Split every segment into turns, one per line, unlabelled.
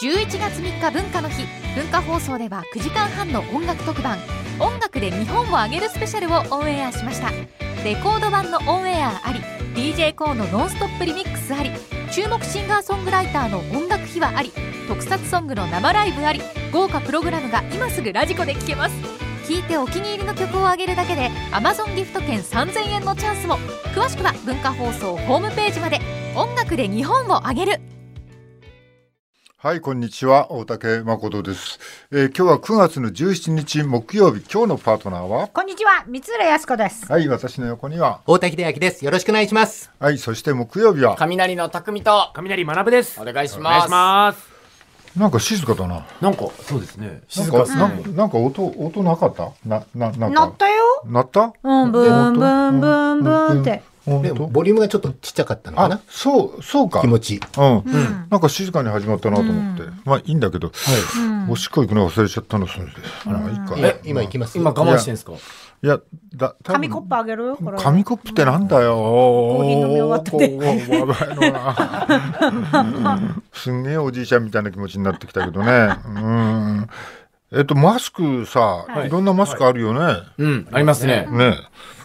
11月3日文化の日文化放送では9時間半の音楽特番「音楽で日本をあげるスペシャル」をオンエアしましたレコード版のオンエアあり d j k o の「ノンストップリミックス」あり注目シンガーソングライターの音楽秘話あり特撮ソングの生ライブあり豪華プログラムが今すぐラジコで聴けます聴いてお気に入りの曲をあげるだけで Amazon ギフト券3000円のチャンスも詳しくは文化放送ホームページまで音楽で日本をあげる
はい、こんにちは。大竹誠です。えー今日は9月の17日木曜日、今日のパートナーは
こんにちは、三浦康子です。
はい、私の横には、
大滝秀明です。よろしくお願いします。
はい、そして木曜日は、
雷の匠と、
雷学です。
お願いし
お願い
ます。
します。
なんか静かだな。
なんか、そうですね。
なんか、なんかなんか音、音なかったな、な、なん
乗
か
っ。たよ。
鳴った
うん、ブンブンブンブンって。
本
で
当
もボリュームがちょっとちっちゃかったのか
あ
な、
そう、そうか。
気持ち。
うん。
うん。
なんか静かに始まったなと思って。まあいいんだけど、おしっこ行くの忘れちゃったの、それで。あら、いいか。
え今行きます
今我慢してんすか
いや、だ、多分
紙コップあげるよ、これ。
紙コップってなんだよ。コ
ーヒー飲み終わってて
すんげえおじいちゃんみたいな気持ちになってきたけどね。うん。えっと、マスクさ、い、ろんなマスクあるよね。
うん、ありますね。
ね。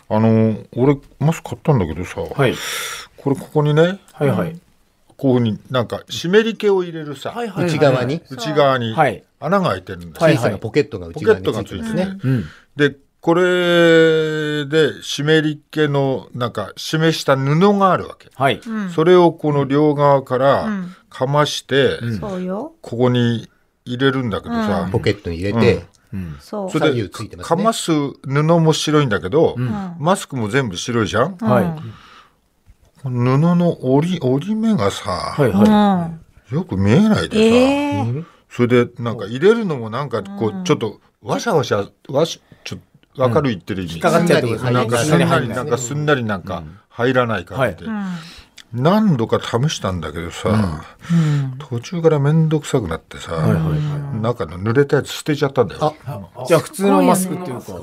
あの、俺、マスク買ったんだけどさ、
はい。
これここにね、
はいはい。
こういうふうになんか湿り気を入れるさ、
いは
内側に、
内側に
はい
穴が開いてるんだよ。
はい
小さなポケットが
ポ
内
ケッ
側につ
トが
い
つ
て
い
るん
て
で
る
す
ね
ね。。
うん。
で、これで湿り気のなんか示した布があるわけ。
はい。
それをこの両側から
ん
かまして、
そうよ。
ここに入れるんだけどさ、
ポケットに入れて、
そう。
それ
左
で
右ついてますね
かます布も白いんだけど、
ん
マスクも全部白いじゃん、
はい。
布の折り折り目がさ、
はいうは
ん。
よく見えないでさ、
ええ。
それでなんか入れるのもなんかこうちょっとわしゃわしゃわしちょっと明るいってる意味、
い。かかっちゃうってことですね。
なんか
入
す
ら
ん
な
ないりなんかす
うん
なりなんか入らない感じで、何度か試したんだけどさ、途中から面倒くさくなってさ、中の濡れたやつ捨てちゃったんだよ。
じゃあ普通のマスクっていうか。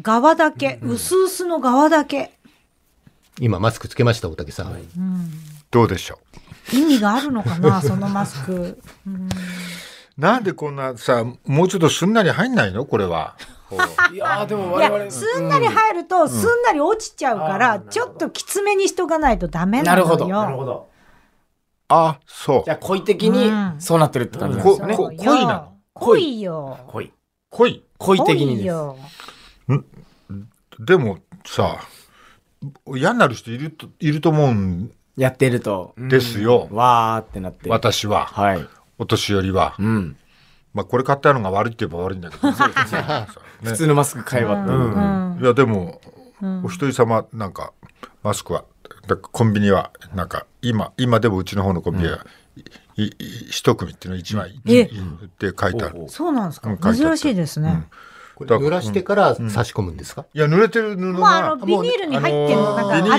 側だけ、薄々の側だけ。
今マスクつけました、大竹さん。
どうでしょう
意味があるのかな、そのマスク。
なんでこんなさもうちょっとすんなり入んないのこれは。こう
いやーでも
い
我々
や、。すんなり入ると、すんなり落ちちゃうから、ちょっときつめにしとかないとダメな
な
の
るほ
よ。
ど。なるほど。
あそう
じゃあ、恋的にそうなってるって感じなんですよね。
こ恋なの
濃いよ。
恋。
恋
恋
濃
的に
い
です。
よ。
でもさ嫌になる人いるといると思うん
やってると。
ですよ、
わーってなって。
私は
はい。
お年寄りは。
うん。
まあこれ買ったのが悪いって言えば悪いんだけ ど、ね、
普通のマスク会話って。うん。
いやでも、お一人様なんかマスクはだコンビニはなんか今今でもうちの方のコンビニは、いいい一組っていうの一枚いい
え
って書いてある。
そうなんですか
うん書い。てあった
珍しいですね。
これ濡らしてから差し込むんですか、
いや濡れてる布
もうあ
が
の、ビニールに入ってるの、なんかア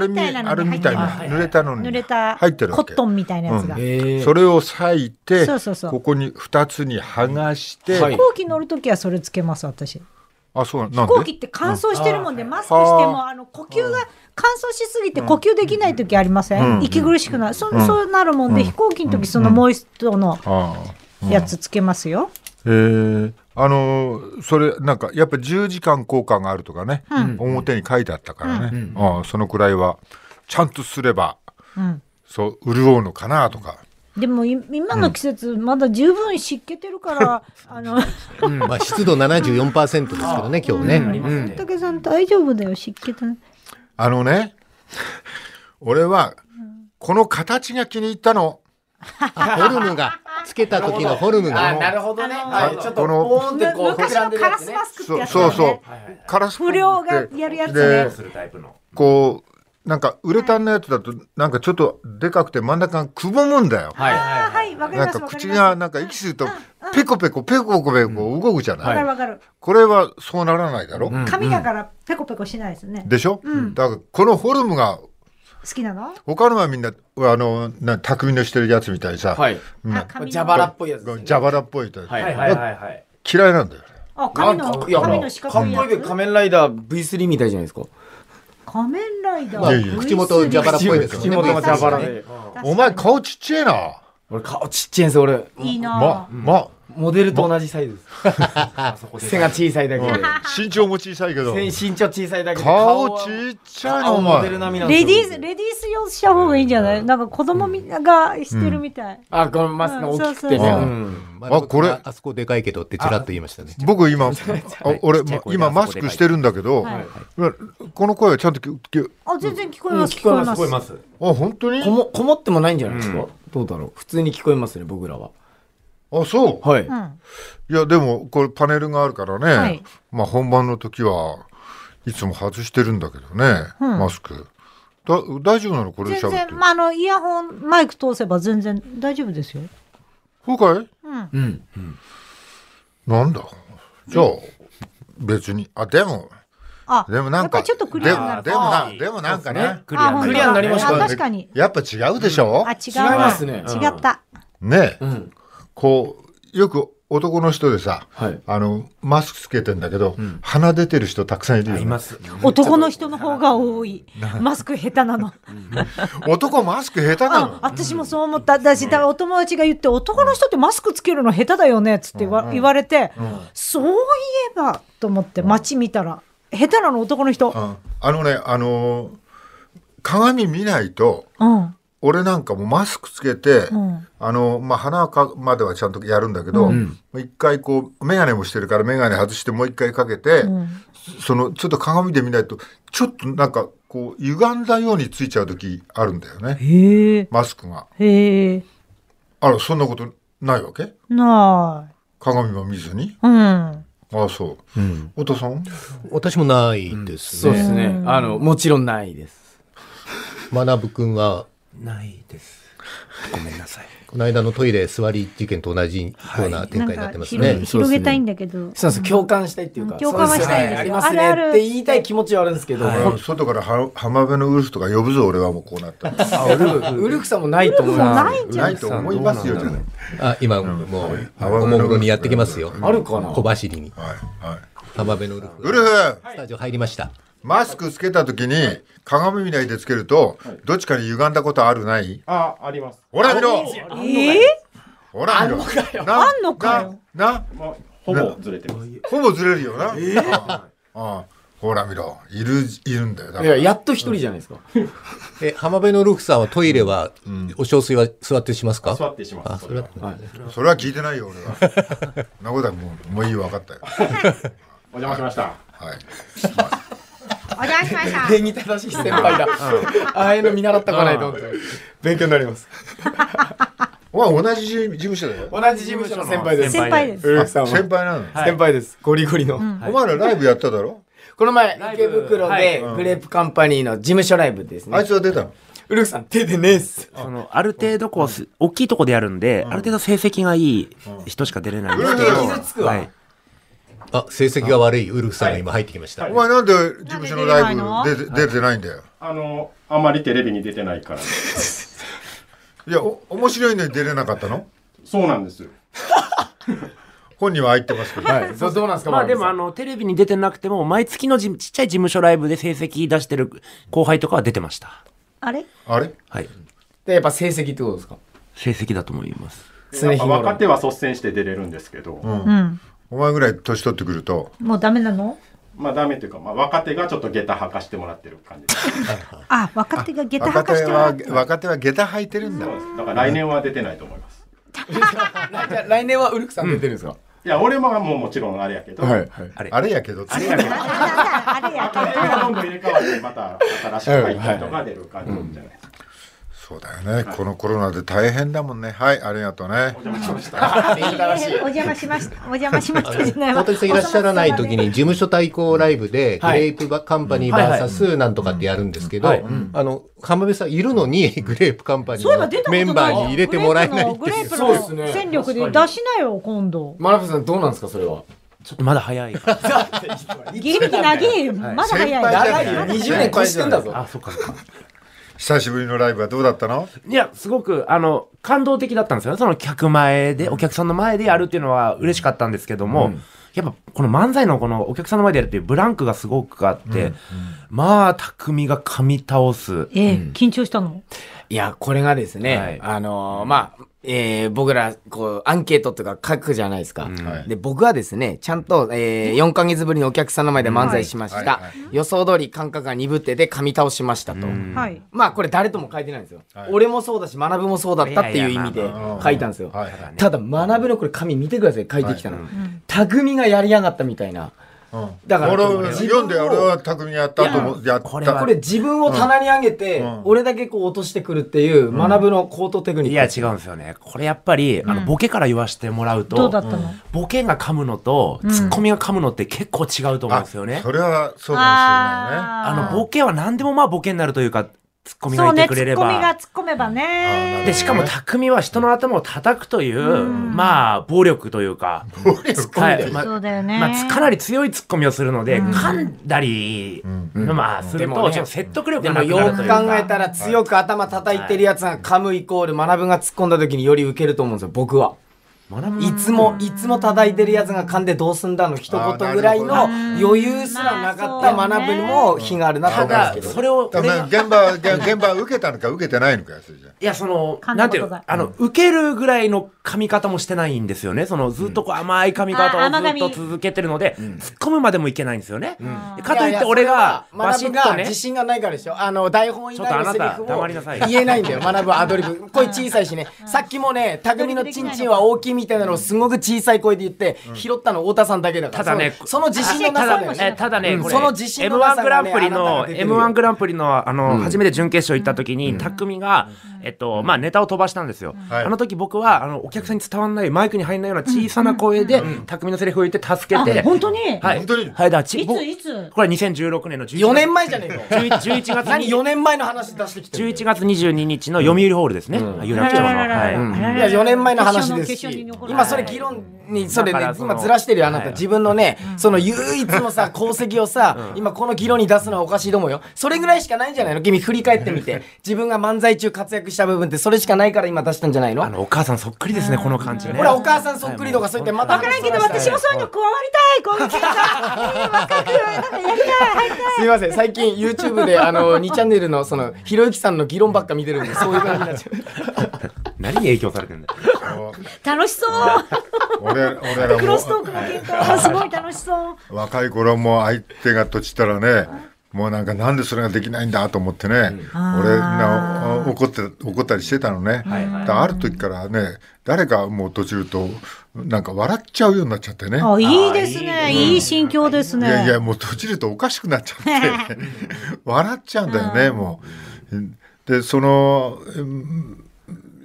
ルミ、
あ
アルミみたいな
ア
の
ルミみた
に入ってる
いな濡れたのに
濡れた
入ってる
コ
わけ
ットンみたいなやつが。
うん
飛
ええ。
それを裂いて
そうそうそう
ここに二つに剥がして、
はい
行機乗るときはそれつけます、私。飛
あそうなん
行機
で
って乾燥してるもんで、マスクしても、あの、呼吸が乾燥しすぎて呼吸できないときありません、
うん
息苦しくなる。そそうなるもんで、飛行機のとき、そのモイストの
ああ
やつつけますよ。
えー、あのーそれなんかやっぱ10時間効果があるとかね、表に書いてあったからね、ああそのくらいはちゃんとすれば
うん。
そう潤うのかなとか
でもい今の季節まだ十分湿気てるから、あの
まあ湿度74%ですけどね、今日ね。
大竹さん大丈夫だよ湿気てない
あのね 俺はこの形が気に入ったの
あフォルムが、つけた時のフォルム
あ、な
が。
るほどね。
の
はいちょっと、
この
ポーンってこう、
昔のカラスマスクって
そ
や
う
つだよ
そう
ね
そう、カラス
不良がやるやつね
で
るタイプの。
こうなんかウレタンのやつだとなんかちょっとでかくて真ん中がくぼむんだよ、
はい。
あはいわかり
なん
ます
か
わか
口
りま
がなんか息するとペコペコペコペコ動くじゃない、
すわかるわかる
これはそうならないだろ、
髪だからペコペコしないですね
でしょ、だからこのフォルムが
好きなの
他のはみんなあのな匠のしてるやつみたいにさ、
はい。
うん
あ髪の
蛇腹っぽいやつ。
蛇腹っぽいと、
はいはいはいはい。
嫌いなんだよ
あ髪
な
の
んかいや
髪の四角いや
かっこいいけ
つ
ど仮面ライダー V3 みたいじゃないですか。
仮面ライダ
まあ
いやいや
ー
口元蛇腹っぽいですよね。
口元が蛇腹
ね。
で。
お前顔ちっちゃいな
俺顔ちっちゃいんです俺
いい
ま
なぁ。
ま
モデルと同じサイズです背が小さいだけで
身長も小さいけど
背身長小さいだけで
顔
は
ちっちゃいの
顔
お
モデ
前
ル並みなんです
レ
よ
ディース、レディース用した方がいいんじゃないなんか子供みんながしてるみたい。
あこのマスクが大きくて
うん
ね
そうそううん
まだ
あこれ
ああそこでかいけどってちらっと言いましたね。
僕今あ俺
ちっちゃい声で
今マスクしてるんだけど
はい
この声はちゃんと聞く
あ、全然聞こえ
うん
ます、聞こえます。
す
あ本当に
こもこもってもないんじゃないですかどうだろう普通に聞こえますね僕らは
あそう
はい
うん。
いやでもこれパネルがあるからね、
はい
まあ本番の時はいつも外してるんだけどね、
うん
マスクだ大丈夫なのこれで
全
喋って
然、まあ、あの、イヤホン、マイク通せば全然大丈夫ですよ。
そうかい
うん。
うん
なんだじゃあ別にあでも
あ、
でもなん
や
か
っぱりちょっとクリアになる
でもでもなでもなんかね
クリア
クリアになりました
あ、確かに。
やっぱ違うでしょ
あ、違う。
違いますねうん
違った。
ねえ
うん
こうよく男の人でさ
はい
あのマスクつけてんだけど、鼻出てる人たくさんいるよ、ね、
す
男の人の方が多い。マスク下手なの。
男マスク下手な
あ
の、
私もそう思った。だし、だからお友達が言って、男の人ってマスクつけるの下手だよね、つって言わ,、言われて、そういえば、と思って、街見たら、下手なの男の人。
うんあのねあのー鏡見ないと
うん。
俺なんかもマスクつけて、
うん。
あのまあ、鼻かまではちゃんとやるんだけど、もう一回こう眼鏡もしてるから眼鏡外してもう一回かけて、
うん
そのちょっと鏡で見ないとちょっとなんかこう歪んだようについちゃう時あるんだよね
へえ。
マスクが。
へえ。
あらそんなことないわけ
な
鏡も見ずに
い。うん。
ああそう、お父さん
私もないです
そうで
ね。
すねあのもちろんないです
まなぶくんは、
ないですごめんなさい
この間のトイレ座り事件と同じような展開
なん
になっ
か
てます
広
ね
げ。広げたいんだけど。
そうなんです共感したいっていうか、
うん共感はしたいですよ
そうですねあり
あ
ます
る
ね
ある
って言いたい気持ちはあるんですけど、
あ外からは浜辺のウルフとか呼ぶぞ俺はもうこうなったら
あウルフウルフさんもないと思う
ないん じゃ
な
ない
いと思いますよじゃない。
あ今、もう、おもむろにやってきますよ。
あるかな
小走りに。
はいはい
浜辺のウルフ。
ウルフ、
スタジオ入りました。
マスクつけた時に鏡見ないでつけると、どっちかに歪んだことあるない
あ、あります。
ほら見ろ
え
ほら見ろな
あんのかよ
なな
まあ、ほぼずれてます。
ほぼずれるよな、ああああほら見ろいるいるんだよだか
い
ら
ややっと一人じゃないですか、
え、浜辺のウルフさんはトイレは、お小水は座ってしますか
座ってしまう。それは
それは聞いてないよ俺はそんなことはもうもういいよ分かったよ
お邪魔しました。
はい
お邪魔しました。
礼儀正しい先輩だ、ああいうの見習ったかないと思って勉強になります
お前同じ事務所だよ
同じ事務所の先輩です
先輩です。
ウルフさんは
先輩なの、
先輩ですゴリゴリの、
お前らライブやっただろ
この前池袋でグレープカンパニーの事務所ライブですね、
あいつは出たの
ウルフさん手でねえっす
そのある程度こうす、大きいとこでやるんで、ある程度成績がいい人しか出れないんですけど、
うん
傷つくわ
はい
あ、成績が悪いウルフさんが今入ってきました。
お前なんで事務所のライブ出て出てないんだよ
あの、あまりテレビに出てないから。
いやお面白いのに出れなかったの
そうなんです。
本人は入ってますけど、
はいそうどうなんですか
まあでもあ
丸
の、テレビに出てなくても、毎月のじちっちゃい事務所ライブで成績出してる後輩とかは出てました。
あれ
あれ
はい。
さんでやっぱ成績ってことですか
成績だと思います。
常
やっ
日
ぱ
頃
若手は率先して出れるんですけど、
うん。
お前ぐらい年取ってくると
もうダメなの
まあダメというか、まあ若手がちょっと下駄履かしてもらってる感じです。
あ、若手が下駄履
若
かし
手
てもら
は
って
若手は下駄履いてるんだ
そうですだから来年は出てないと思います。
あじゃあ来年はウルフさん出てるんですか、
いや、俺ももうもちろんあれやけど、
はいはい
あれやけど
あれやけど、
あれや
若手がどんどん入れ替わって、また新しく入った人が出る感じじゃないですか。
そうだよねこのコロナで大変だもんねはいありがとうね
お邪魔しました。
お邪魔しました。お邪魔しましたじゃないわ
大竹さんいらっしゃらない時に事務所対抗ライブでグレープカンパニー
はいはい
VS なんとかってやるんですけど、
はい
あの浜辺さんいるのに グレープカンパニ
そういえば
ー
出たこ
の
とない
メンバーに入れてもらえないって
グレ
いう
ープ
そうです
の
ね
戦力で出しなよ、今度。
マラフさんどうなんですかそれは
ちょっとまだ早い。
芸歴長えよ。まだ早い。
先輩じゃ
長
ないい
よ
よ
20年越してんだぞ
あ、そっかそっか。
久しぶりのライブはどうだったの
いや、すごく、あの、感動的だったんですよね。その客前で、お客さんの前でやるっていうのは嬉しかったんですけども、やっぱこの漫才のこのお客さんの前でやるっていうブランクがすごくあって、まあ、匠が噛み倒す。
ええ、緊張したの。
いや、これがですね、
はい
あのーまあ、えー、僕ら、こう、アンケートとか書くじゃないですか。で、僕はですね、ちゃんと、えー、4ヶ月ぶりのお客さんの前で漫才しました。予想通り感覚が鈍ってて噛み倒しましたと。
はい。
まあこれ誰とも書いてないんですよ、俺もそうだし学ぶもそうだったっていう意味で書いたんですよ、ただ学ぶのこれ紙見てください書いてきたの、匠がやりやがったみたいな、だから
俺は読んで俺は匠にやったと思うやった
これこれ自分を棚に上げて、俺だけこう落としてくるっていう学ぶの高等テクニ
い
ッ
や
ク、
違うんですよねこれやっぱり、あのボケから言わせてもらうと
どうだったの
ボケが噛むのと、ツッコミが噛むのって結構違うと思うんですよね
それはそうか
あのボケは何でもまあボケになるというかツッコミが
そう
い
ね、
て
ツッ
くれれ
コミが
ば
突っ込めばね。
でしかも匠は人の頭を叩くという、まあ暴力というか暴力はいま
そうだよね。
まあ、つかなり強いツッコミをするので、噛んだり、まあ、する
で
と、
もね
ちょっと説得力
で
がな
も
く
よ
なる
く
というか。
考えたら強く頭叩いてるやつが噛むイコール学ぶが突っ込んだ時により受けると思うんですよ僕は。いつもいつも叩いてるやつが噛んでどうすんだの一言ぐらいの
あ
余裕すらなかった
まあ
学ぶにも非があるなと思う
た
ん
だ
で、すけ
そ
ど。
れを、
もしれ
俺
ないね
が
だから現場現場受けたのか受けてないのかそれじゃ
いや、その、
噛ん
な
だ
んて
こ
いう
とが
の、あの、受けるぐらいの噛み方もしてないんですよね。その、ずっとこう甘い噛み
あー
方を
甘
ず
噛み
っと続けてるので、突っ込むまでもいけないんですよね。かとい
い
っ
や
て
や
俺が、
それは
バシ
学ぶ
ッと
が
ね
自、信がないからでしょあの台本以外のセリ
ちょ
フ
っとあなた黙りなさい
を言えないんだよ学ぶはアドリ ブ声小さいしねさっきもね匠のチンチンは大きいみたいなのをすごく小さい声で言って拾ったの太田さんだけだから
ただね
そのその自信のなさだよ
え
ね
ただね、これ
その自信のな
M1
さ
グラ
が
ン
ね
プリ
あなた
の
が出てるよ
M1 グランプリのあの、初めて準決勝行った時に、匠が、えっとまあネタを飛ばしたんですよ、
はい
あの時僕はあのお客さんに伝わらないマイクに入らないような小さな声で、匠のセリフを言って助けて、
本当に
はい
本当に
はいだからち
い
僕
ついつ
これは2016年の11
4年前じゃねえか
11 11月
何
に
4年前の話出してきてる
11月22日の読売ホールですね、有楽町の、はい
いや4年前の話です
決勝の決勝に
し
残らない
今それ議論にそれ
だか
ね
らその
今ずらしてるよあな
は
た
い
自分のねその唯一のさ功績をさ今この議論に出すのはおかしいと思うよそれぐらいしかないんじゃないの君振り返ってみて自分が漫才中活躍した部分ってそれしかないから今出したんじゃないの
あのお母さんそっくりですね、この感じね
ほらお母さんそっくりとかそういってまた
わからんけど、私もそういうの加わりたい。こういう系さ、若く、なんかやりたい、入りたい。
すいません最近 YouTube であの2チャンネルのそのひろゆきさんの議論ばっか見てるんでそういう感じになっちゃう
何に影響されてるんだよ
楽しそう。
俺俺ら
ク
も
ロストークの検討、すごい楽しそう。
若い頃も相手がとちたらねもうなんかなんでそれができないんだと思ってね、俺な怒って怒ったりしてたのね、だからある時からね誰かもうとちるとなんか笑っちゃうようになっちゃってね
あ、いいですね。いい心境ですね。
いやいやもう閉じるとおかしくなっちゃって 笑っちゃうんだよね、もう。でそのうん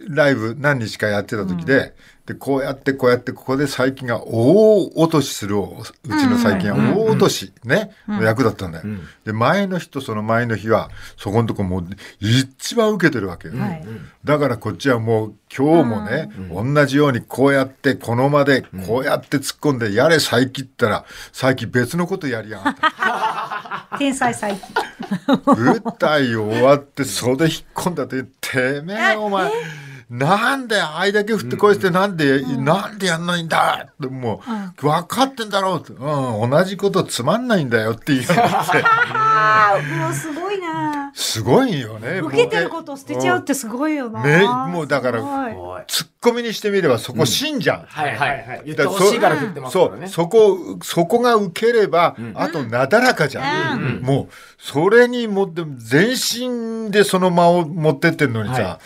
ライブ何日かやってた時で,、でこうやってこうやってここで最近が大落としするをうちの最近は大落とし、ね、の役だったんだよ。で前の日とその前の日はそこのとこもう一番受けてるわけよ。
はい
だからこっちはもう今日もね、同じようにこうやってこのまでこうやって突っ込んでやれ佐伯ったら佐伯別のことやりやがった。
天才最近。
舞台終わって袖引っ込んだっててめえお前。なんであいだけ振ってこいしてなんで、なんでやんないんだってもう、分かってんだろうって、うん、同じことつまんないんだよって 言うのって、
ああ、もうすごいな。
すごいよね。
受けてることを捨てちゃうってすごいよな。
ねもうだから
すごい
ツッコミにしてみればそこ死んじゃう。
はいはいはい言ってほしいから振ってますからね
そうそこそこが受ければ、あとなだらかじゃん、もうそれに持って全身でその間を持ってってんのにさ、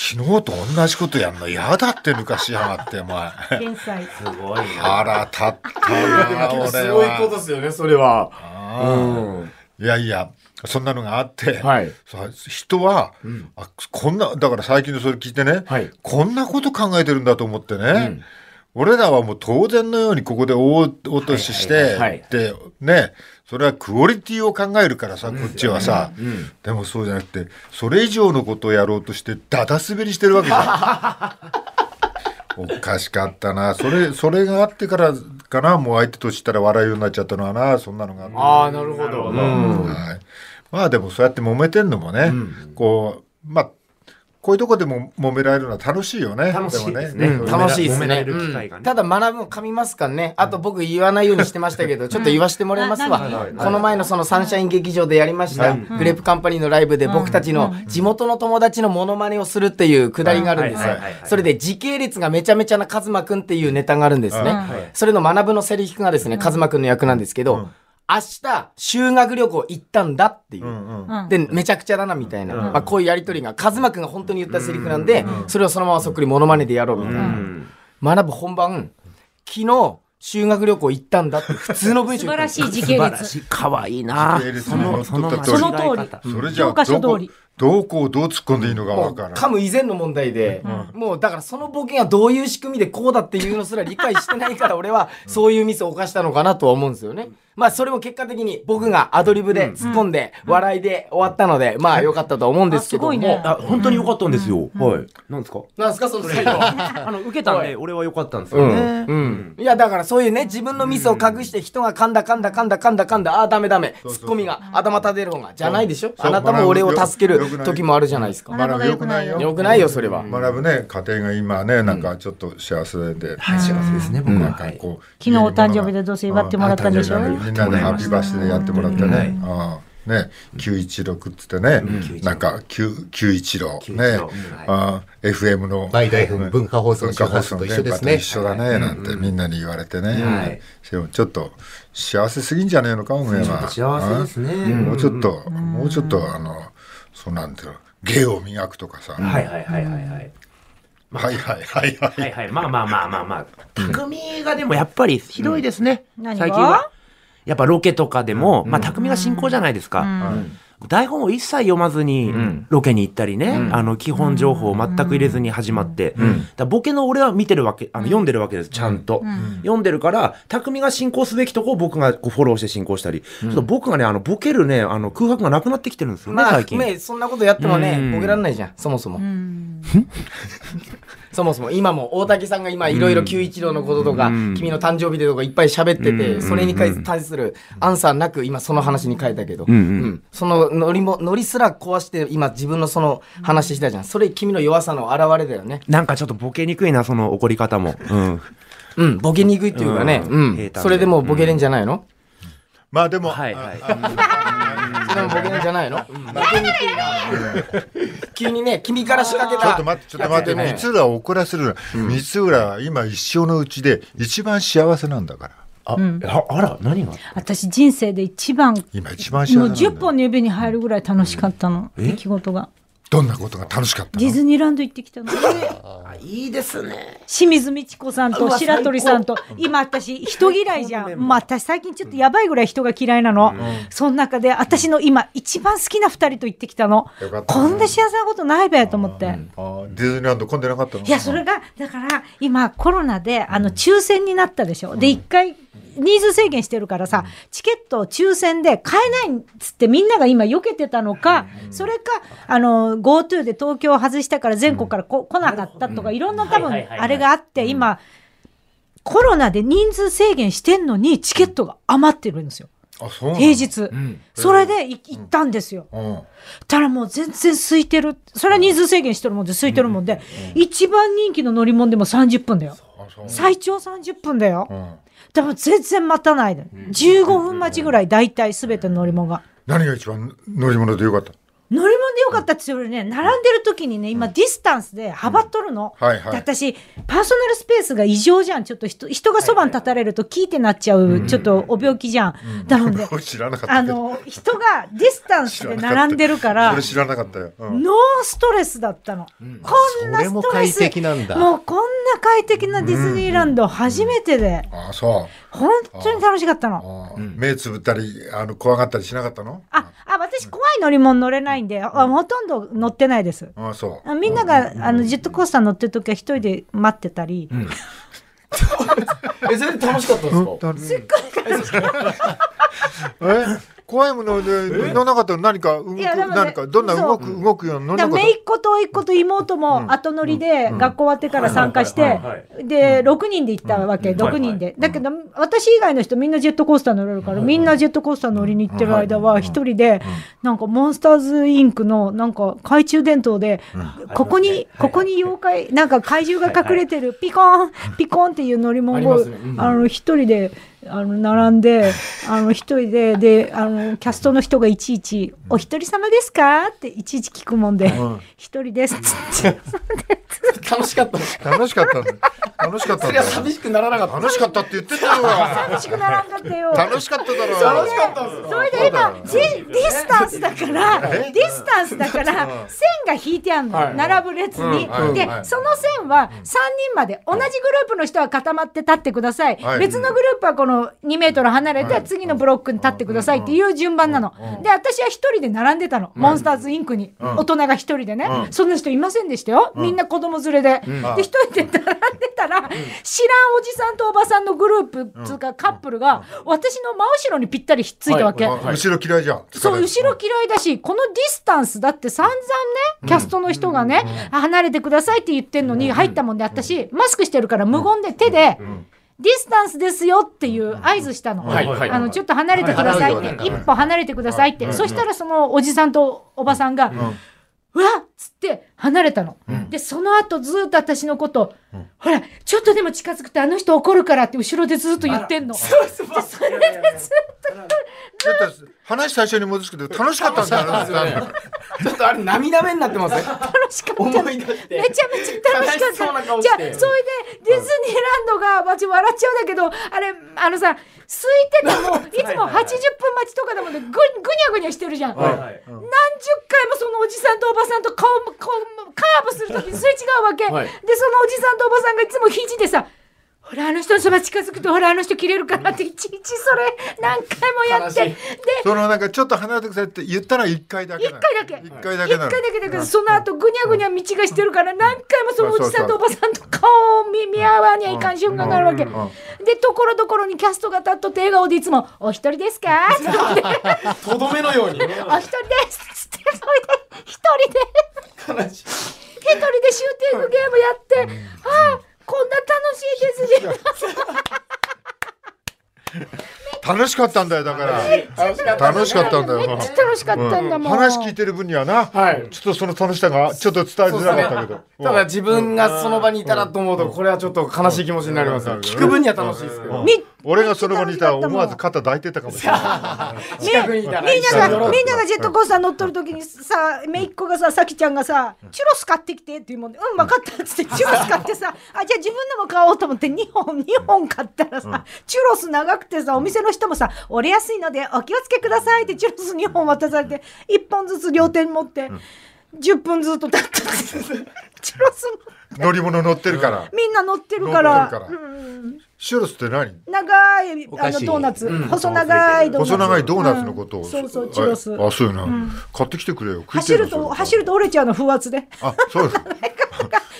昨日と同じことやんの嫌だって抜かしやがってお前
天才。
腹立 ったな俺は
ですよねそれは
うんいやいや、そんなのがあって、
はい
さ人は、あこんな、だから最近のそれ聞いてね、
はい
こんなこと考えてるんだと思ってね、俺らはもう当然のようにここで大落としして、
はいはい
で、ね、それはクオリティを考えるからさ、こっちはさ、でもそうじゃなくて、それ以上のことをやろうとして、だだ滑りしてるわけじゃん。 おかしかったな。それ、それがあってからかな。もう相手としたら笑うようになっちゃったのはな。そんなのがあって。
ああなるほどうん
はい、まあでもそうやって揉めてんのもね、こうまあこういうとこでも揉められるのは楽しいよね。
楽しいです
で
ね。
も
うん
楽しいです
揉められ
ね。
る機会が
う
ね
んただ、学ぶも噛みますかね。あと僕言わないようにしてましたけ ど、ちょっと言わしてもらいます
うん
わ。この前のそのサンシャイン劇場でやりました、グレープカンパニーのライブで僕たちの地元の友達のモノマネをするっていうくだりがあるんですよ
はいはいはいは。い
それで時系列がめちゃめちゃなカズマくんっていうネタがあるんですね。それの学ぶのセリフがですね、カズマくんの役なんですけど、明日修学旅行行ったんだっていう。
うん
で、めちゃくちゃだな、みたいな。まあ、こういうやりとりが、カズマくんが本当に言ったセリフなんで、それをそのままそっくりモノマネでやろう、みたいな。学ぶ本番、昨日、修学旅行行ったんだって、普通の文章
素
言った
晴
ん
ら
です
しい時系列
しい。かわいいな
系列に乗っ取った通
そ
り
の通り
それじゃ
教科
あ
書
どこ
通り
どこをどう突っ込んでいいのか
も
わ
う
から
噛
ない。
む以前の問題で、もうだからそのボケがどういう仕組みでこうだっていうのすら理解してないから 俺はそういうミスを犯したのかなとは思うんですよね。まあそれも結果的に僕がアドリブで突っ込んで笑いで終わったので、まあ良かったとは思うんですけども。
あすごいね
あ本当に良かったんですよ。はい。なんですか
なんですかその最後。
あの、受けたんで、俺は良かったんです
う
よね。
んうん、いやだからそういうね自分のミスを隠して人が噛んだ噛んだ噛んだ噛んだ噛んだああーダメダメツッコミが頭立てる方がじゃないでしょ
そう
あなたも俺を助け
よよく
る
ない
時もあるじゃないですか
学ぶよくないよ。
よくないよそれは
学ぶね家庭が今ねなんかちょっと幸せで、
幸せですね、僕は。
なん
は
か
い
こう
昨日お誕生日でどうせ祝ってもらったんでしょ
あみんなでハッピーバースデーやってもらって
は
ね
い。
ああね916っつってね、なんか9 916ね、
916はい
ああ FM の
毎大分文化放送の周波数と
文
一
化
緒
放送の電
です
波と
ね
一緒だねなんてみんなに言われてね、
はい
でもちょっと幸せすぎんじゃねえのかおめえは
幸せですね。
うんもうちょっ
と。
と、もうちょっとあのそうなんていうの芸を磨くとかさ、
はいはいはいはいはい。
はいはいはいはい
はいはい。まあまあまあまあまあ。匠がでもやっぱりひどいですね。
何が
最近は。やっぱロケとかでも、まあ匠が進行じゃないですか。台本を一切読まずにロケに行ったりね、あの基本情報を全く入れずに始まって、だからボケの俺は見てるわけあの読んでるわけですちゃんと、読んでるから匠が進行すべきとこを僕がこうフォローして進行したり、ちょっと僕がねあのボケるねあの空白がなくなってきてるんですよね、
まあ
最近。
ねそんなことやっても
うん
ねボケられないじゃんそもそも
うん
そもそも今も大竹さんが今いろいろ九一郎のこととか
うん
君の誕生日でとかいっぱい喋って
う
て
ん
それに対するアンサーなく今その話に変えたけど
うんうん
うんそのノリもノリすら壊して今自分のその話したじゃんそれ君の弱さの表れだよね
なんかちょっとボケにくいなその怒り方も。うん
うん、ボケにくいっていうかね、
う
うんん、
平坦で
それでもうボケれんじゃないの、
まあでも、
はいはい
それでもボケれんじゃないの、ボケにくいな。急にね、君から仕掛け
ちょ
た。
っと待って、ちょっと待って、
ね
三浦を怒らせるな。三浦は今一生のうちで一番幸せなんだから。
あ、ああら何が
私人生で一番も
今一番幸せ
う
なんだよ
10本の指に入るぐらい楽しかったの出来事が
どんなことが楽しかった
ディ
の
ズニーランド行ってきたの
いいですね。
清水美智子さんと白鳥さんと今私人嫌いじゃん、まあ、私最近ちょっとやばいぐらい人が嫌いなの、その中で私の今一番好きな二人と行ってきたの
よかった
こんな幸せなことないべと思って。
あーディズニーランド混んでなかったの
いやそれがだから今コロナであの抽選になったでしょ、で一回人数制限してるからさチケットを抽選で買えないっつってみんなが今避けてたのか、それかあの GoTo で東京を外したから全国からこ、来なかったとかいろんな多分
はいはいはいはい
あれがあって今コロナで人数制限してんのにチケットが余ってるんですよ
あ、そうなの
平。日、それでい行ったんですよ、
うん。
たらもう全然空いてる。それは人数制限してるもんで空いてるもんで、一番人気の乗り物でも30分だよ。
あ、そう。
最長30分だよ
う。ん。
でも全然待たないで。15分待ちぐらい大体全ての乗り物が。
何が一番乗り物でよかった
乗り物でよかったっつうよりね、並んでる時にね、今ディスタンスで幅取るの。
うんはいはい
で私、パーソナルスペースが異常じゃん。ちょっと人人がそばに立たれると聞いてなっちゃう、ちょっとお病気じゃん。なので、
の 知らなかった
あ
けど。
の、人がディスタンスで並んでるから
そ、れ知らなかったよ。うん
ノーストレスだったの。こんな
それ
ス
も
トレ
快
ス。
適なんだ
もうこんな快適なディズニーランド初めてで、
あ、そ
本当に楽しかった
う。
の。
あー目つぶったり、あの、怖がったりしなかったの
あ、あ、私怖い乗り物乗れないんで、あほとんど乗ってないです。
あ、そ
あみんなが、あの、ジェットコースター乗ってる時は一人で待ってたり、
え、それで楽しかったんですか
う。え怖いものでの中で何か動く
いやでもね
何かどんな動く動くような
だ
何
めいっ子とおいっ子と妹も後乗りで学校終わってから参加してで6人で行ったわけ6人でだけど私以外の人みんなジェットコースター乗れるからみんなジェットコースター乗りに行ってる間は一人でなんかモンスターズインクのなんか懐中電灯でここにここに妖怪なんか怪獣が隠れてるピコンピコンっていう乗り物をあの一人で。あの並ん で、あの一人で、で、あのキャストの人がいちいち、お一人様ですかっていちいち聞くもんで、一人ですっつって。
楽しかった。
楽しかったんだよ楽しかったんだ
それ
よ
は寂しくならなかった。
楽しかったって言ってたよ
楽しくならんかったよ。
楽しかっただろ
楽しかったんですよ。
それで今、デディスタンスだから、ディスタンスだから、線が引いてあるの、並ぶ列に。
うん
で
は、い
その線は3人まで、同じグループの人は固まって立ってください。
はい
別のグループはこの2メートル離れて、次のブロックに立ってくださいっていう順番なの。で、私は一人で並んでたの、モンスターズインクに。大人が一人でね。そんな人いませんでしたよ。みんな子供連れで。で、一人で並んでたら、知らんおじさんとおばさんのグループ、つうかカップルが、私の真後ろにぴったりひっついたわけ。
あ後ろ嫌いじゃん
そう、後ろ嫌いだし、このディスタンスだって散々ね、キャストの人がね、離れてくださいって言ってんのに入ったもんで、私、マスクしてるから無言で手で、ディスタンスですよっていう合図したの。
はいはい
あの、ちょっと離れてくださいって、一歩離れてくださいって。そしたらそのおじさんとおばさんが、うわっつって離れたの。で、その後ずっと私のこと、ほら、ちょっとでも近づくとあの人怒るからって後ろでずっと言ってんの。
だって話最初に戻すけど楽しかったんだよ
楽しかったんですよねちょっとあれ涙目になって ます。楽
しか
った。思い出して。
めちゃめちゃ楽しかっ
悲しそうな
た。
顔
じ
し
ゃあ、そ
て
れでディズニーランドが、私笑っちゃうんだけど、あれ、あのさ、空いてても、いつも80分待ちとかでもね、ぐ、ぐにゃぐにゃしてるじゃん。何十
い
回もそのおじさんとおばさんと顔も、こう、カーブするときにすれ違うわけ。で、そのおじさんとおばさんがいつも肘でさ、ほら、あの人のそば近づくと、ほら、あの人切れるからって、いちいちそれ、何回もやって、
悲し
で
い、
そのなんかちょっと離れてくださいって言ったら一回だけ
一
なの
回だけ。
一回だ
一
けな
回だ
の
けだけど、その後ぐにゃぐにゃ道がしてるから、何回もそのおじさんとおばさんと顔を見見合わにゃいかん瞬間があるわけ。で、ところどころにキャストが立っとって笑顔でいつも、お一人ですかって言って、
とどめのように。
お一人ですって、それで、一人で、
悲しい。
一人でシューティングゲームやって、ああ、こんな楽しいですね。
楽しかったんだよだから
楽しかった。
楽しかったんだよ
めっちゃ楽しかったんだもん。
話聞いてる分にはな、
はい
ちょっとその楽しさがちょっと伝えづらかったけど
ただ自分がその場にいたらと思うとこれはちょっと悲しい気持ちになりますよ。聞く分には楽しいですけど。
み
俺がその場にいたら思わず肩抱いてたかもしれない
近くにいたら
みんな
一緒
が、
に
みんながジェットコースター乗っとる時にさ、めいっ子がさ、さきちゃんがさ、チュロス買ってきてっていうもんで、うん、分かったっつって、チュロス買ってさ、あ、じゃあ自分のも買おうと思って、2本、2本買ったらさ、チュロス長くてさ、お店の人もさ、折れやすいのでお気をつけくださいって、チュロス2本渡されて、1本ずつ両手に持って、10分ずっと立ってて、 チュロスも
乗り物乗ってるから
みんな乗ってるから、
乗ってるから
うん
シュロスって何
長い、あ
菓
の、
子
ドーナツ、細長いドーナツ。
細長いドーナツのことを、
うんそうそうチュロス
ああそうよな、買ってきてくれよ食いて
走
えの
る
そ
と
れ
走ると折れちゃうの風 圧で
あそうです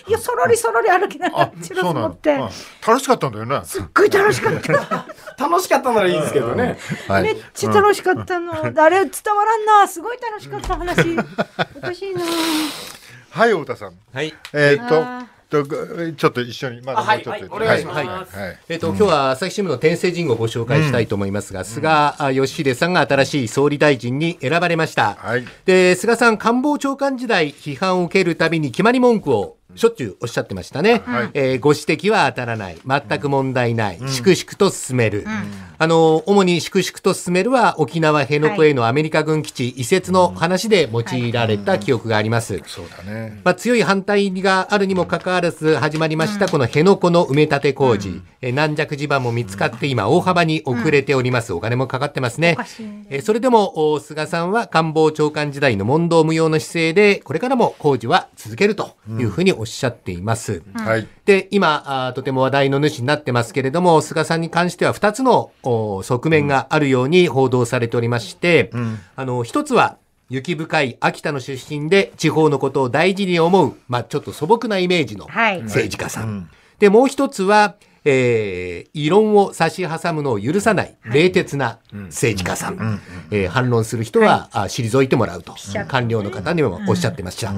いやそろりそろり歩きなが
あ
ら チュ
そ
ロ
うな
ス持
の
って
あ楽しかったんだよね
すっごい楽しかった、
楽しかったならいいですけどね。
めっちゃ楽しかったの、あれ伝わらんなすごい楽しかった話おかしいな
はい太田さん
はい。
えー
あ
っととちょっと一緒にまだもうちょっと言って、
はいはいお願いし
は
ま
はい
えっと、今日は朝日新聞の天聖人をご紹介したいと思いますが、菅義偉さんが新しい総理大臣に選ばれました。
はい
で、菅さん、官房長官時代、批判を受けるたびに決まり文句をしょっちゅうおっしゃってましたね。
はい
えーご指摘は当たらない。全く問題ない。粛々と進める。あの、主に粛々と進めるは沖縄辺野古へのアメリカ軍基地移設の話で用いられた記憶があります。
そうだね
まあ、強い反対があるにもかかわらず始まりました、この辺野古の埋め立て工事、えー軟弱地盤も見つかって今大幅に遅れております、お金もかかってますね
かしいね
えーそれでもお菅さんは官房長官時代の問答無用の姿勢でこれからも工事は続けるというふうにおっしゃっています、
はい
で、今あー、とても話題の主になってますけれども、菅さんに関しては2つのお側面があるように報道されておりまして、あの、一つは、雪深い秋田の出身で地方のことを大事に思う、まあ、ちょっと素朴なイメージの
はい
政治家さん。で、もう一つは、えー異論を差し挟むのを許さない、冷徹な政治家さん。えー反論する人は、あ退いてもらうと、官僚の方にもおっしゃってました。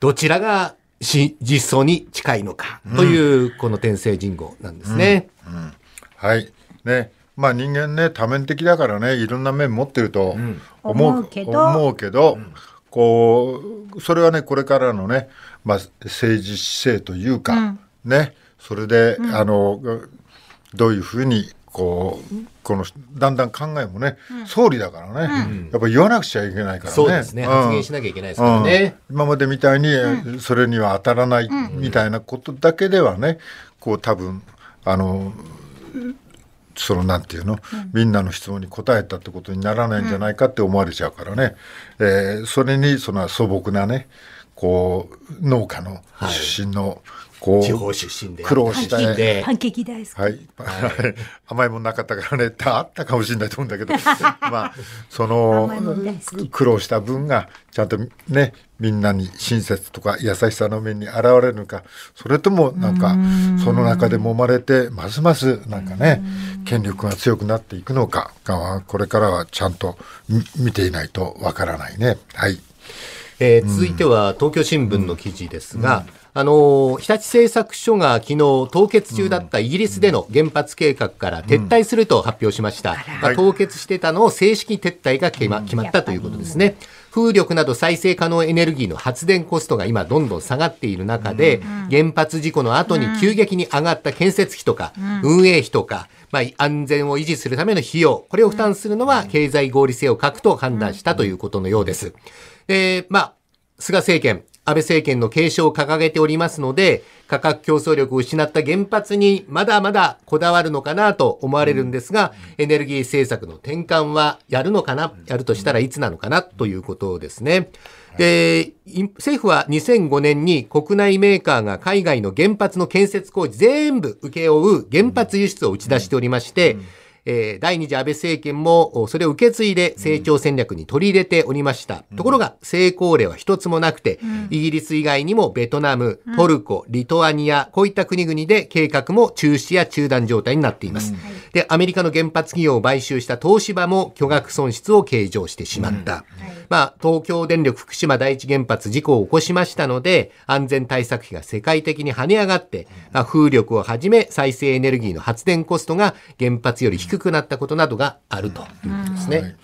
どちらがし実相に近いのか、という、この天聖人語なんですね。
はい。ね。まあ人間ね、多面的だからね、いろんな面持ってると思う,、
思うけど
思うけどこう、それはね、これからのね、まあ政治姿勢というか、ね、それで、あの、どういうふうに、こう、この、だんだん考えもね、総理だからね、やっぱ言わなくちゃいけないからね。
そうですね。
ん
発言しなきゃいけないですからね。
うん今までみたいにそれには当たらないみたいなことだけではね、こう多分あのそのなんていうの、みんなの質問に答えたってことにならないんじゃないかって思われちゃうからね、えーそれにその素朴なねこう農家の出身の、こう
地方出身で。
苦労した
出身で。
パンケーキ大好き。
はい、甘いもんなかったからねあったかもしれないと思うんだけ どまあその
甘いもん大好き
苦労した分がちゃんとねみんなに親切とか優しさの面に現れるのかそれともなんかその中で揉まれてますますなんかね権力が強くなっていくのかがこれからはちゃんとみ見ていないとわからないね。はい
えー続いては東京新聞の記事ですが、あのー日立製作所が昨日凍結中だったイギリスでの原発計画から撤退すると発表しました、まあ凍結してたのを正式撤退が決ま,、決まったということですね風力など再生可能エネルギーの発電コストが今どんどん下がっている中で、原発事故の後に急激に上がった建設費とか、運営費とか、まあ、安全を維持するための費用、これを負担するのは経済合理性を欠くと判断したということのようです。で、まあ、菅政権、安倍政権の継承を掲げておりますので、価格競争力を失った原発にまだまだこだわるのかなと思われるんですが、エネルギー政策の転換はやるのかな、やるとしたらいつなのかなということですね。で、い政府は2005年に国内メーカーが海外の原発の建設工事全部請け負う原発輸出を打ち出しておりまして、えー第二次安倍政権もおそれを受け継いで成長戦略に取り入れておりました。ところが成功例は一つもなくて、イギリス以外にもベトナム、トルコ、リトアニア、こういった国々で計画も中止や中断状態になっています。で、アメリカの原発企業を買収した東芝も巨額損失を計上してしまった。まあ、東京電力福島第一原発事故を起こしましたので、安全対策費が世界的に跳ね上がって、まあ、風力をはじめ再生エネルギーの発電コストが原発より低くなったことなどがあるということですね。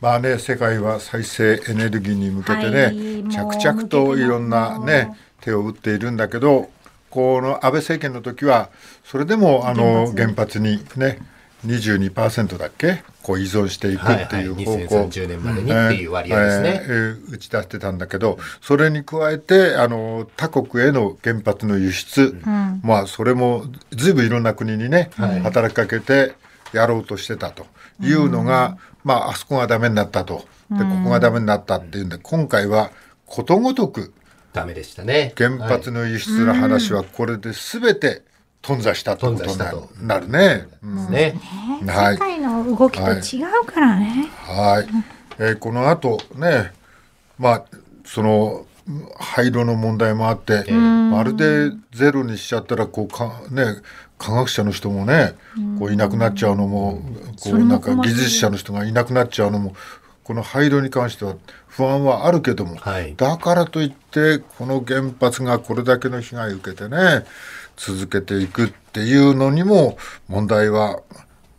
まあね、世界は再生エネルギーに向けてね、
はいもう
着々といろんなね手を打っているんだけどこの安倍政権の時はそれでもあの原発にね22%だっけこう依存していくっていう方向、
はいはい2030年までにっていう割合ですね
えーえー打ち出してたんだけどそれに加えてあの他国への原発の輸出、まあそれもずいぶんいろんな国にね、働きかけてやろうとしてたというのが、まああそこがダメになったとでここがダメになったっていうんで今回はことごとく
ダメでしたね。
原発の輸出の話はこれで全て頓挫したってことになるなるね。うん
はいね。
はい
世界の動きと違うからね。
はい、えーこの後ねまあそのうん廃炉の問題もあって、まるでゼロにしちゃったらこうかね科学者の人もねこういなくなっちゃうのもこうなんか技術者の人がいなくなっちゃうのもこの廃炉に関しては不安はあるけども、
はい
だからといってこの原発がこれだけの被害を受けてね続けていくっていうのにも問題は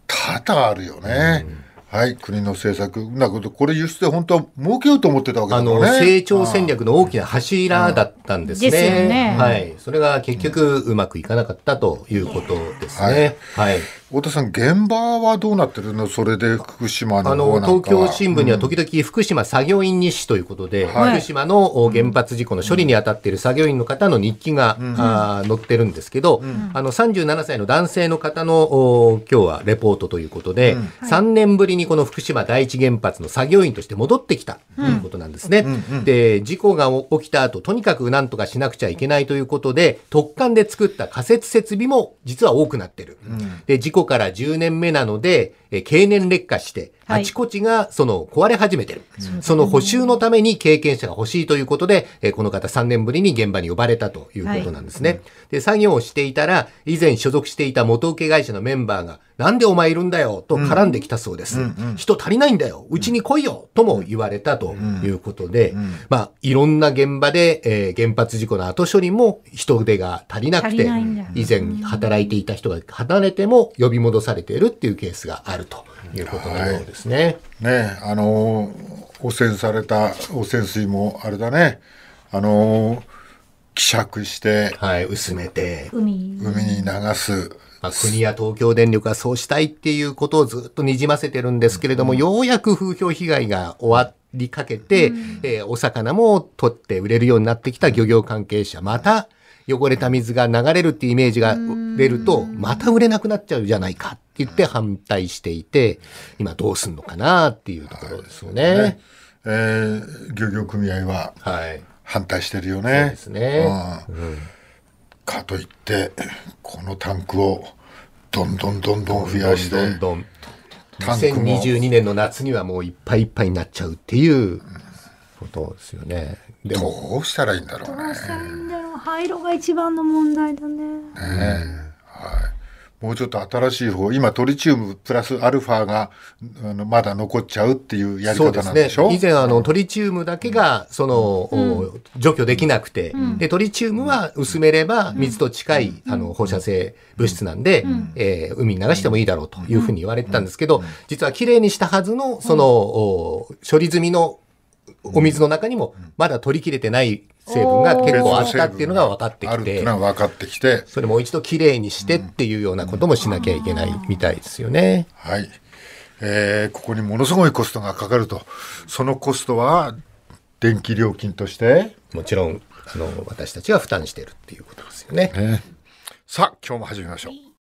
多々あるよね。はい、国の政策。なこと、これ輸出で本当は儲けようと思ってたわけ
あ
だから
の、
ね。
成長戦略の大きな柱だったんですね。
ですよね
はい。それが結局うまくいかなかったということですね。はい
太田さん、現場はどうなってるのそれで福島の方
あの
なん
東
かは。
京新聞には時々福島作業員日誌ということで、
はい
福島のお原発事故の処理に当たっている作業員の方の日記が、あー載ってるんですけど、あの37歳の男性の方のお今日はレポートということで、3年ぶりにこの福島第一原発の作業員として戻ってきたということなんですね。で事故が起きた後とにかく何とかしなくちゃいけないということで特管で作った仮設設備も実は多くなってる。で事故から10年目なので、えー経年劣化して
はい
あちこちがその壊れ始めてる。その補修のために経験者が欲しいということで、えーこの方3年ぶりに現場に呼ばれたということなんですね。で、作業をしていたら、以前所属していた元請け会社のメンバーが、なんでお前いるんだよと絡んできたそうです。人足りないんだようちに来いよとも言われたということで、まあ、いろんな現場で、えー原発事故の後処理も人手が足りなく
足り
て
ないんだ、
以前働いていた人が離れても呼び戻されているっていうケースがあるということのようですね。
ねあのー汚染された汚染水もあれだねあのー希釈して
はい、薄めて。
海
海に流す、
まあ、国や東京電力がそうしたいっていうことをずっとにじませてるんですけれども、ようやく風評被害が終わりかけて、えーお魚も取って売れるようになってきた漁業関係者、また汚れた水が流れるっていうイメージが出ると、また売れなくなっちゃうじゃないかって言って反対していて、今どうすんのかなっていうところですよね。
えー漁業組合は
はい。
反対してるよ
そう
ね
ですね。
うんかといってこのタンクをどんどんどんどん増やして
どんどんどん。
タンクも
2022年の夏にはもういっぱいいっぱいになっちゃうっていうことですよね。でも、
どうしたらいいんだろうね
どうしたらいいんだろう灰色が一番の問題だね
もうちょっと新しい方今トリチウムプラスアルファがあのまだ残っちゃうっていうやり
そう
方
で
な
す
んで
ね
しょ。
以前、あの、トリチウムだけが、その、お除去できなくて、で、トリチウムは薄めれば、水と近い、あの、放射性物質なんで、えー海に流してもいいだろうというふうに言われてたんですけど、実は綺麗にしたはずの、その、お処理済みのお水の中にも、まだ取り切れてない成分が結構あったっていうのが分かって
あ
き
るって
て
いう、のは分かってきて、
それもう一度きれいにしてっていうようなこともしなきゃいけないみたいですよね。
はいえーここにものすごいコストがかかるとそのコストは電気料金として、
もちろん、あの、私たちが負担してるっていうことですよね。
さあ今日も始めましょう。